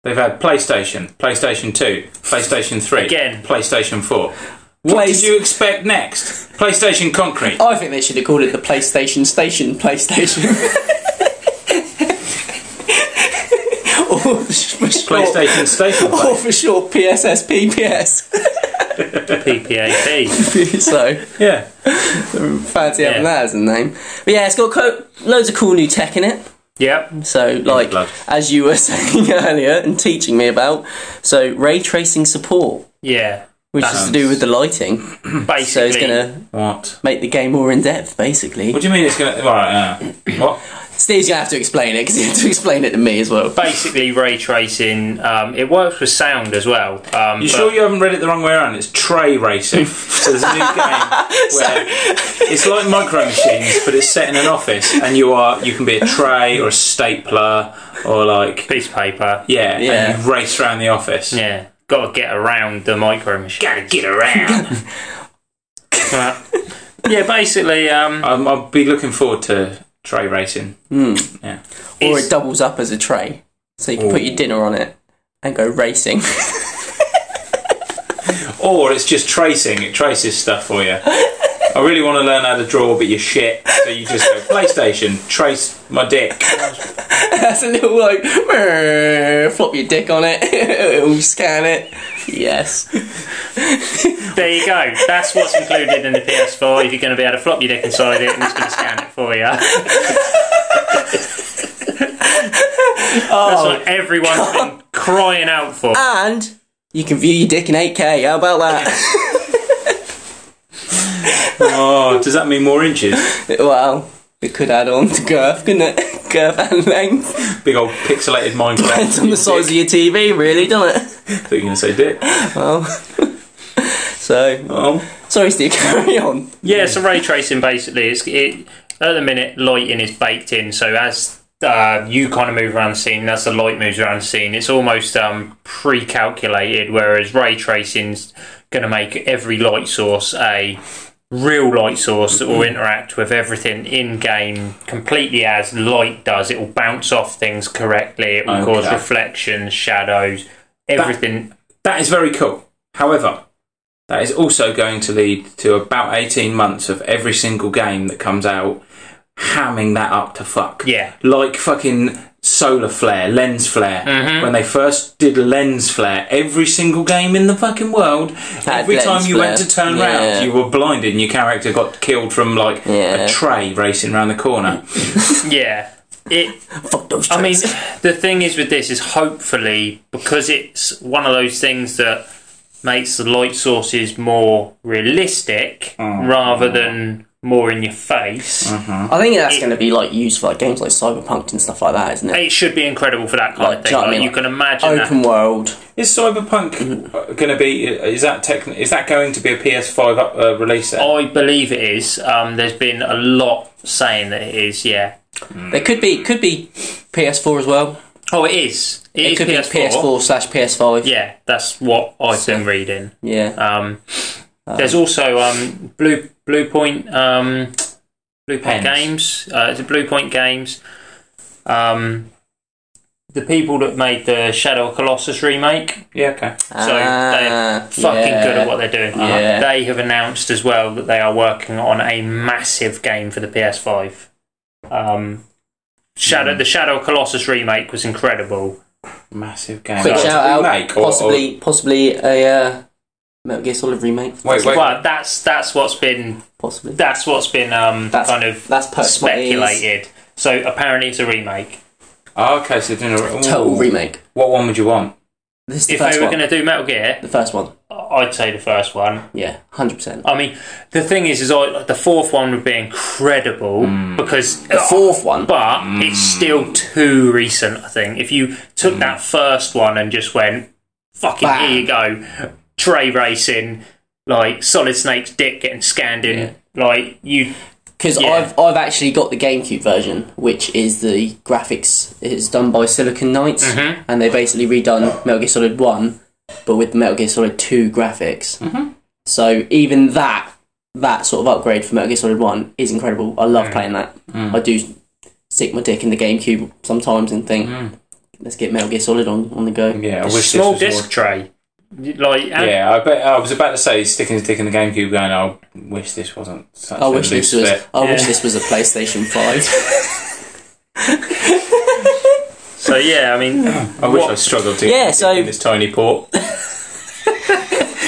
S2: They've had PlayStation, PlayStation 2, PlayStation 3,
S4: Again.
S2: PlayStation 4. What
S3: Place-
S2: did you expect next? PlayStation
S3: *laughs*
S2: Concrete.
S3: I think they should have called it the PlayStation Station
S4: *laughs*
S3: *laughs* PlayStation. or for short-
S2: PlayStation Station.
S3: or
S2: Play.
S3: for sure PSSP PS.
S4: PPAP.
S3: *laughs* so
S2: Yeah.
S3: *laughs* fancy
S4: Yeah.
S3: having that as a name. But yeah, it's got co- loads of cool new tech in it.
S4: yep.
S3: So like
S2: blood.
S3: as you were *laughs* saying earlier and teaching me about, so ray tracing support,
S4: Yeah.
S3: which is to do
S2: Nice.
S3: with the lighting.
S4: Basically,
S3: So it's gonna
S2: What?
S3: make the game more in depth, basically.
S2: What do you mean it's going to. Right, uh, what?
S3: Steve's gonna have to explain it because he had to *laughs* explain it to me as well.
S4: Basically, ray tracing. Um, it works with sound as well. Um,
S2: You
S4: but-
S2: sure you haven't read it the wrong way around? It's tray racing. so there's a new game where it's like micro machines, but it's set in an office, and you are you can be a tray or a stapler or like
S4: piece of paper?
S2: yeah, and
S3: Yeah.
S2: you race around the office.
S4: Yeah, got to get around the micro machine.
S2: Gotta get around.
S4: But- *laughs* yeah, basically, um,
S2: um, I'll be looking forward to tray racing. Yeah.
S3: Or
S4: it's-
S3: it doubles up as a tray, so you can put your dinner on it and go racing. *laughs*
S2: Or it's just tracing. It traces stuff for
S3: *laughs*
S2: you. I really want to learn how to draw, but you're shit. So you just go PlayStation, trace my dick.
S3: That's a little like *laughs* flop your dick on it, *laughs* it'll scan it. Yes.
S4: there you go. That's what's included in the PS4. If you're going to be able to flop your dick inside it, and it's going to scan it for you. That's what everyone's been crying out for.
S3: And you can view your dick in 8K. How about that?
S2: Oh, does that mean more inches?
S3: *laughs* well, it could add on to girth, couldn't it? *laughs* Girth and *laughs* length.
S2: Big old pixelated
S3: Depends
S2: Minecraft.
S3: on the size of your TV, really, doesn't it?
S2: I thought you were going to say dick.
S3: Well, *laughs* so
S2: Oh.
S3: sorry, Steve. *laughs* Carry on.
S4: Yeah, so ray tracing basically is it, at the minute lighting is baked in. So as uh, you kind of move around the scene, as the light moves around the scene, it's almost um, pre-calculated. Whereas ray tracing's going to make every light source a real light source that will interact with everything in game completely as light does. It will bounce off things correctly. It will cause
S2: Okay.
S4: reflections, shadows, everything.
S2: That is very cool. However, that is also going to lead to about 18 months of every single game that comes out hamming that up to fuck.
S4: Yeah.
S2: Like fucking solar flare, lens flare.
S3: Mm-hmm.
S2: When they first did lens flare, every single game in the fucking world, every
S3: lens
S2: time you went
S3: flare.
S2: to turn
S3: Yeah.
S2: round, you were blinded and your character got killed from like
S3: Yeah.
S2: a tray racing round the corner.
S4: yeah. It
S3: Fuck those.
S4: I mean,
S3: tricks.
S4: *sighs* the thing is with this is hopefully because it's one of those things that makes the light sources more realistic
S3: Mm.
S4: rather than more in your face.
S3: I think that's going to be like used for like games like Cyberpunk and stuff like that, isn't it?
S4: It should be incredible for that kind
S3: Like,
S4: of thing.
S3: do you know what I
S4: Like,
S3: mean?
S4: you can imagine
S3: Open
S4: that.
S3: world.
S2: Is Cyberpunk
S3: Mm-hmm.
S2: going to be? Is that tech, Is that going to be a PS5 up, uh, release?
S3: Oh.
S2: Then?
S4: I believe it is. Um, there's been a lot saying that it is. Yeah. Hmm.
S3: It could be could be PS4 as well.
S4: Oh, it is.
S3: It
S4: is
S3: could
S4: PS4.
S3: be PS4 slash PS5.
S4: Yeah, that's what I've been reading.
S3: Yeah.
S4: Um, there's also um, Blue Blue Point um, Blue Point
S2: Pens.
S4: Games. Uh, it's a Blue Point Games. Um, the people that made the Shadow of Colossus remake,
S2: Yeah. Okay.
S4: so they're uh, fucking good at what they're doing.
S3: Ah, Yeah.
S4: They have announced as well that they are working on a massive game for the PS5. Um,
S3: Hmm.
S4: Shadow, the Shadow of Colossus remake was incredible.
S2: Massive game.
S3: Quick
S2: What,
S3: shout out,
S2: remake or- or-
S3: possibly, possibly a uh, Metal Gear Solid remake.
S2: wait, wait.
S4: Well, that's that's what's been
S3: Possibly.
S4: that's what's been um,
S3: That's
S4: kind of
S3: that's perks what it is.
S4: speculated. So apparently it's a remake.
S2: Oh, okay, so doing a ooh.
S3: Total remake.
S2: What one would you want?
S3: This is the
S4: If
S3: first
S4: they were
S3: one.
S4: going to do Metal Gear,
S3: The first one.
S4: I'd say the first one.
S3: Yeah, hundred percent.
S4: I mean, the thing is, is I, the fourth one would be incredible
S2: Hmm.
S4: because
S3: The fourth one.
S4: but it's still too recent. I think if you took
S2: Hmm.
S4: that first one and just went, "Fucking here you go," tray racing, like Solid Snake's dick getting scanned in, like you,
S3: Because
S4: Yeah.
S3: I've I've actually got the GameCube version, which is the graphics is done by Silicon Knights,
S4: Mm-hmm.
S3: and they basically redone Metal Gear Solid One, but with Metal Gear Solid Two graphics.
S4: Mm-hmm.
S3: So even that that sort of upgrade for Metal Gear Solid One is incredible. I
S4: Mm.
S3: love playing that. I do stick my dick in the GameCube sometimes and think,
S4: Mm.
S3: let's get Metal Gear Solid on on the go.
S2: Yeah, I wish
S4: small
S2: this was
S4: disc tray, like
S2: More, yeah, I bet I was about to say sticking his dick in the GameCube, going, I wish this wasn't. Such
S3: I
S2: a
S3: wish
S2: loose
S3: this was
S2: fit."
S3: I wish
S4: Yeah.
S3: this was a PlayStation
S4: *laughs*
S3: Five.
S4: So yeah, I mean,
S2: I wish
S4: what-
S2: I struggled to.
S3: Yeah,
S2: get
S3: so-
S2: in this tiny port.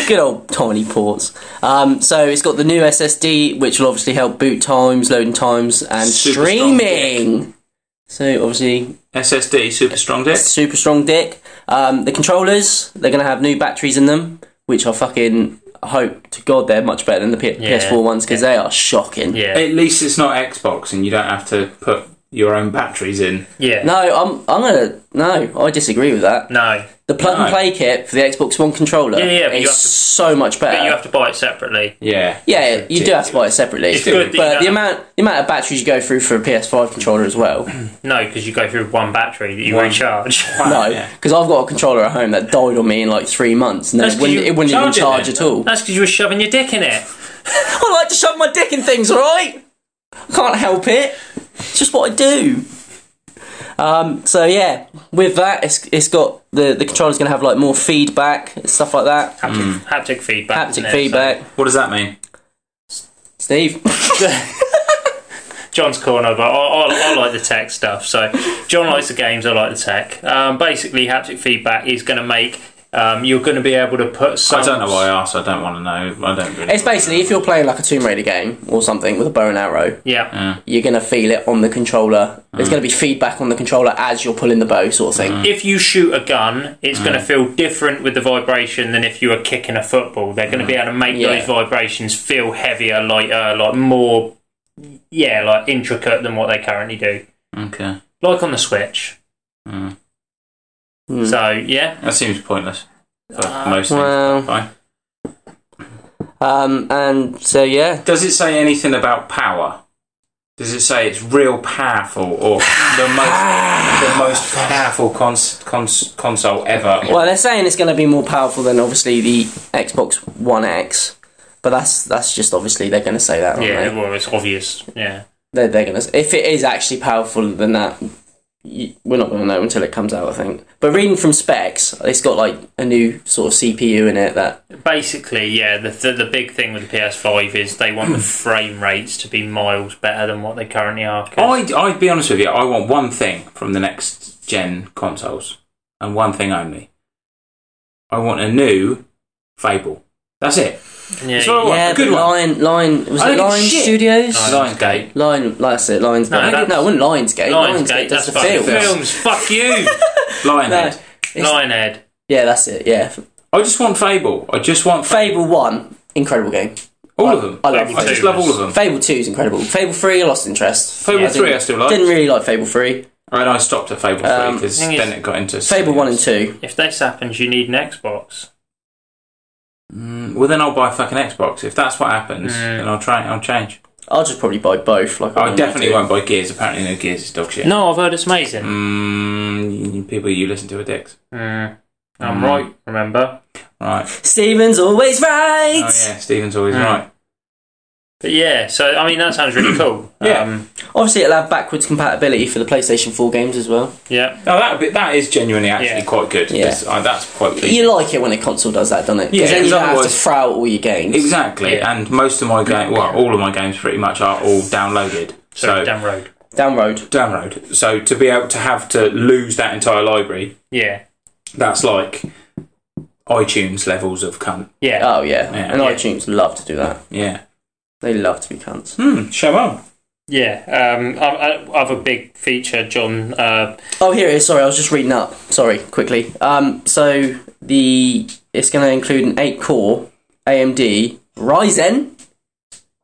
S3: Good old tiny ports. Um, so it's got the new SSD, which will obviously help boot times, loading times, and
S2: Super strong
S3: streaming. So obviously,
S2: SSD, super strong disk.
S3: super strong dick. Um, the controllers, they're going to have new batteries in them, which I fucking hope to God they're much better than the P- PS4 ones because they are shocking.
S4: yeah.
S2: At least it's not Xbox, and you don't have to put your own batteries in.
S4: Yeah.
S3: No, I'm I'm gonna no. I disagree with that.
S4: No.
S3: The plug
S2: No.
S3: and play kit for the Xbox One controller
S4: Yeah, yeah, but you
S3: is
S4: have to-
S3: so much better.
S4: But you have to buy it separately.
S2: Yeah.
S3: yeah, you do have to buy it separately.
S4: It's good that you
S3: but
S4: don't
S3: the
S4: have-
S3: amount the amount of batteries you go through for a PS5 controller as well.
S4: No, because you go through one battery that you
S2: One.
S3: *laughs*
S4: recharge.
S3: No,
S2: Yeah.
S3: because I've got a controller at home that died on me in like three months, and then
S4: That's
S3: it wouldn't,
S4: 'cause you
S3: it wouldn't even
S2: charge it
S3: charge
S2: then.
S3: at all.
S4: That's because you were shoving your dick in it.
S3: *laughs* I like to shove my dick in things, all right? I can't help it. It's just what I do. Um, so yeah, with that, it's it's got the the controller's gonna have like more feedback and stuff like that,
S4: Haptic, Mm. haptic feedback. isn't
S3: haptic
S4: it?
S3: feedback.
S2: What does that mean?
S3: Steve, *laughs*
S4: So, John's corner, but I, I, I like the tech stuff. So John likes the games. I like the tech. Um, basically, haptic feedback is going to make um, you're going to be able to put. Some,
S2: I don't know why I asked. I don't want to know. I don't really.
S3: it's basically if you're playing like a Tomb Raider game or something with a bow and arrow,
S4: Yeah.
S2: Yeah.
S3: you're gonna feel it on the controller.
S2: Mm.
S3: There's gonna be feedback on the controller as you're pulling the bow, sort of thing.
S4: If you shoot a gun, it's going to
S3: Mm.
S4: feel different with the vibration than if you were kicking a football. They're going to be able to make
S3: Mm. Yeah.
S4: those vibrations feel heavier, lighter, like more, yeah, like intricate than what they currently do.
S2: Okay.
S4: Like on the Switch.
S2: Mm.
S3: Mm.
S4: So yeah,
S2: That seems pointless for
S4: Uh,
S2: most things.
S3: Well,
S2: Fine.
S3: um, and so yeah,
S2: Does it say anything about power? Does it say it's real powerful or the most the most powerful cons, cons, console ever?
S3: well they're saying it's gonna be more powerful than obviously the Xbox One X, but that's that's just obviously they're gonna say that, aren't
S4: yeah,
S3: they?
S4: well, it's obvious. Yeah,
S3: They're, they're gonna if it is actually powerful than that. y we're not going to know until it comes out, I think. But reading from specs, it's got like a new sort of CPU in it that
S4: basically, yeah. The the, the big thing with the PS5 is they
S3: *clears throat*
S4: want the frame rates to be miles better than what they currently are. 'cause-
S2: I'd, I'd be honest with you. I want one thing from the next gen consoles, and one thing only. I want a new Fable. That's it.
S4: yeah,
S2: it's all
S4: you-
S2: right.
S3: yeah,
S2: Oh, a good
S3: but
S2: one.
S3: Lion Lion was
S2: I
S3: it
S2: don't give a
S3: Lion
S2: shit.
S3: Studios?
S4: No.
S2: Lionsgate.
S3: Lion, like I said, Lions.
S4: No,
S3: No, no,
S4: that's-
S3: it wasn't Lionsgate. Lionsgate,
S4: Lionsgate, that's
S3: does the
S4: fucking
S3: film.
S4: films. Fuck
S2: *laughs*
S4: you,
S3: No,
S2: Lionhead.
S3: It's-
S4: Lionhead.
S3: yeah, that's it. Yeah,
S2: I just want Fable. I just want
S3: Fable one, incredible game.
S2: All of them.
S3: I love
S4: Fable
S2: I just
S4: two
S2: love all
S4: was-
S2: of them.
S3: Fable two is incredible. Fable three, I lost interest.
S2: Fable
S4: Yeah, I
S2: three,
S3: didn't-
S2: I still like.
S3: Didn't really like Fable three.
S2: And I stopped at Fable
S3: Um,
S2: three because
S4: thing is,
S2: then it got into
S3: Fable one and two.
S4: If this happens, you need an Xbox.
S2: Mm, well, then I'll buy a fucking Xbox if that's what happens,
S4: Mm.
S2: and I'll try. I'll change.
S3: I'll just probably buy both. Like
S2: I
S3: normally
S2: definitely
S3: do.
S2: won't buy Gears. Apparently, no Gears is dog shit.
S4: No, I've heard it's amazing.
S2: Mm, people you listen to are dicks,
S4: Mm. I'm
S2: Mm.
S4: right. Remember,
S2: right?
S3: Steven's always right.
S2: Oh yeah, Steven's always
S4: Mm.
S2: right.
S4: but yeah. So I mean, that sounds really cool.
S2: *coughs* Yeah.
S4: Um,
S3: Obviously, it'll have backwards compatibility for the PlayStation four games as well.
S4: yeah.
S2: No, that bit that is genuinely actually
S4: Yeah.
S2: quite good.
S3: Yeah.
S2: It's- uh, that's quite pleasing.
S3: You like it when a console does that, doesn't it?
S2: Yeah,
S3: Because then you don't have to
S2: otherwise-
S3: throw out all your games.
S2: Exactly,
S4: Yeah.
S2: and most of my game, well, all of my games pretty much are all downloaded.
S4: So
S2: So
S4: down road.
S3: Down road.
S2: download. So to be able to have to lose that entire library,
S4: Yeah.
S2: that's like iTunes levels of cunt.
S4: Yeah.
S3: Oh yeah,
S2: Yeah.
S3: and
S4: Yeah.
S3: iTunes love to do that.
S2: Yeah.
S3: They love to be cunts.
S2: Hmm. Show on.
S4: Yeah, um, I, I have a big feature, John. Uh,
S3: Oh, here it is. Sorry, I was just reading up. Sorry, quickly. Um, so the it's going to include an eight-core AMD Ryzen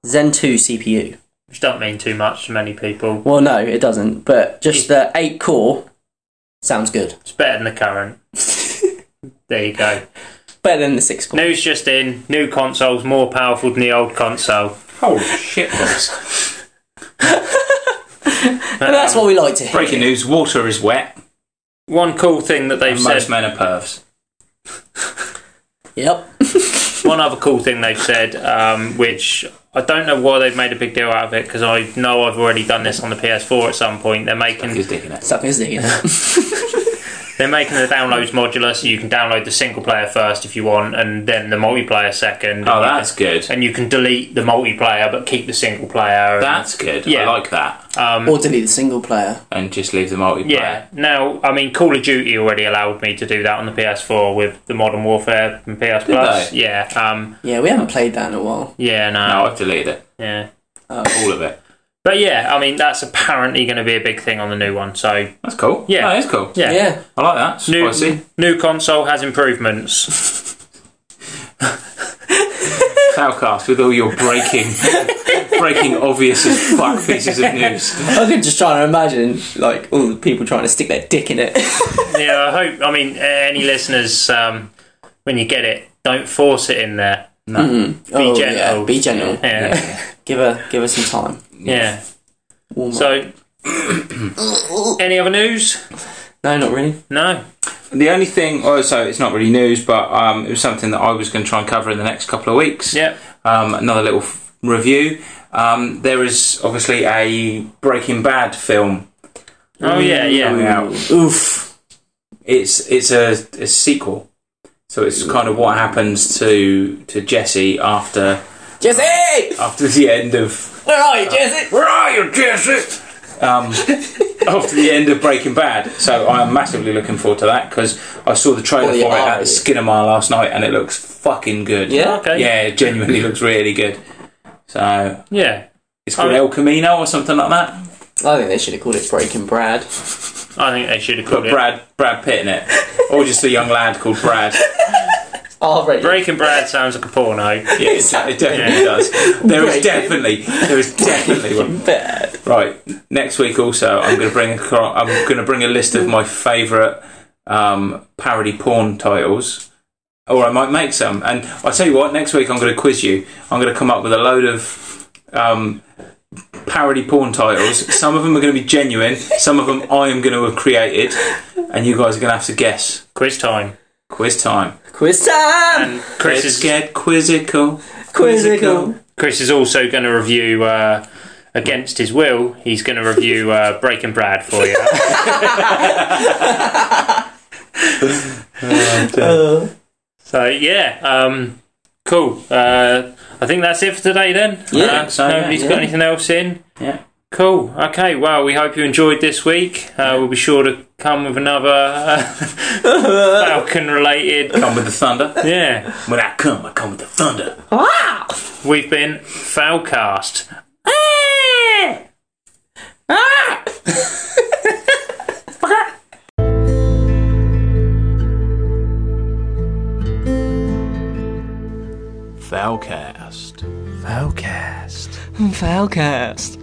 S3: Zen two CPU.
S4: which don't mean too much to many people.
S3: Well, no, it doesn't. But just the eight-core sounds good. *laughs*
S4: It's better than the current. there you go.
S3: Better than the six-core.
S4: News just in: new consoles more powerful than the old console.
S2: Holy shit,
S4: *laughs*
S2: boys.
S3: and that's
S4: um,
S3: what we like to hear.
S2: Breaking news: Water is wet.
S4: One cool thing that they've
S2: And most
S4: said.
S2: men are pervs.
S3: Yep.
S4: One other cool thing they've said, um, which I don't know why they've made a big deal out of it, because I know I've already done this on the PS4 at some point. They're making
S2: He's digging it.
S3: Suck his dick in it.
S4: They're making the downloads modular, so you can download the single player first if you want, and then the multiplayer second.
S2: Oh, that's good.
S4: And you can delete the multiplayer, but keep the single player. and-
S2: That's good.
S4: Yeah.
S2: I like that.
S4: um,
S3: or delete the single player.
S2: And just leave the multiplayer.
S4: yeah. Now, I mean, Call of Duty already allowed me to do that on the PS4 with the Modern Warfare and PS Plus.
S2: they?
S4: Yeah. Um,
S3: Yeah, we haven't played that in a while.
S4: yeah. No.
S2: No, I've deleted it.
S4: Yeah.
S2: All of it.
S4: But yeah, I mean, that's apparently going to be a big thing on the new one. So
S2: That's cool.
S4: Yeah.
S2: that is cool.
S4: yeah.
S3: yeah.
S2: I like that.
S4: New,
S2: Spicy.
S4: new console has improvements. *laughs*
S2: Sourcast with all your breaking breaking obvious as fuck pieces of news.
S3: I could just try to imagine like all the people trying to stick their dick in
S4: *laughs*
S3: it.
S4: yeah, I hope. I mean, any listeners, um, when you get it, don't force it in there.
S2: No.
S3: Be
S4: gentle.
S3: Oh, Yeah, be gentle.
S4: Yeah,
S3: Give her give her some time.
S4: yeah.
S3: Warm up.
S2: *coughs*
S4: So, any other news?
S3: No, not really.
S4: No.
S2: The only thing, oh, so it's not really news, but um, it was something that I was going to try and cover in the next couple of weeks.
S4: Yep.
S2: Um, another little f- review. Um, there is obviously a Breaking Bad film
S4: Oh yeah, yeah.
S2: coming out.
S3: Oof.
S2: It's it's a, a sequel, so it's kind of what happens to to Jesse after
S3: Jesse,
S2: after the end of
S3: where are you, Jesse?
S2: Where are you, Jesse? Um, after the end of Breaking Bad. So I'm massively looking forward to that because I saw the trailer
S3: Oh, yeah.
S2: for it at Skinamar last night and it looks fucking good.
S3: Yeah.
S4: Okay.
S2: Yeah, it genuinely looks really good. So
S4: Yeah.
S2: it's called El Camino or something like that.
S3: I think they should have called it Breaking Brad.
S4: I think they should have
S2: Put
S4: called it
S2: Brad Brad Pitt in *laughs* it, or just a young lad called Brad.
S3: R rated.
S4: Breaking Brad sounds like a porno.
S2: Yeah, it, it definitely does. There is definitely there is definitely one.
S3: Bad.
S2: Right. Next week also, I'm going to bring acro- I'm going to bring a list of my favourite um, parody porn titles, or I might make some. And I tell you what, next week I'm going to quiz you. I'm going to come up with a load of um, parody porn titles. Some of them are going to be genuine. Some of them I am going to have created, and you guys are going to have to guess.
S4: Quiz time.
S2: Quiz time.
S3: Quiz time.
S4: And Chris
S2: Let's
S4: is
S2: get quizzical.
S3: Quizzical.
S4: Chris is also going to review. Uh, Against his will, he's going to review uh, Breaking Brad for you.
S3: Uh,
S4: so yeah, um, cool. Uh, I think that's it for today then.
S3: Yeah,
S4: uh,
S2: so, yeah,
S4: nobody's
S3: yeah.
S4: got anything else in.
S2: Yeah.
S4: Cool. Okay. Well, we hope you enjoyed this week. Uh, we'll be sure to come with another
S2: *laughs*
S4: uh, Falcon related.
S2: Come with the thunder.
S4: Yeah.
S2: *laughs* When I come, I come with the thunder.
S3: wow.
S4: We've been Falcast.
S3: Ah!
S2: Falcast.
S3: Falcast.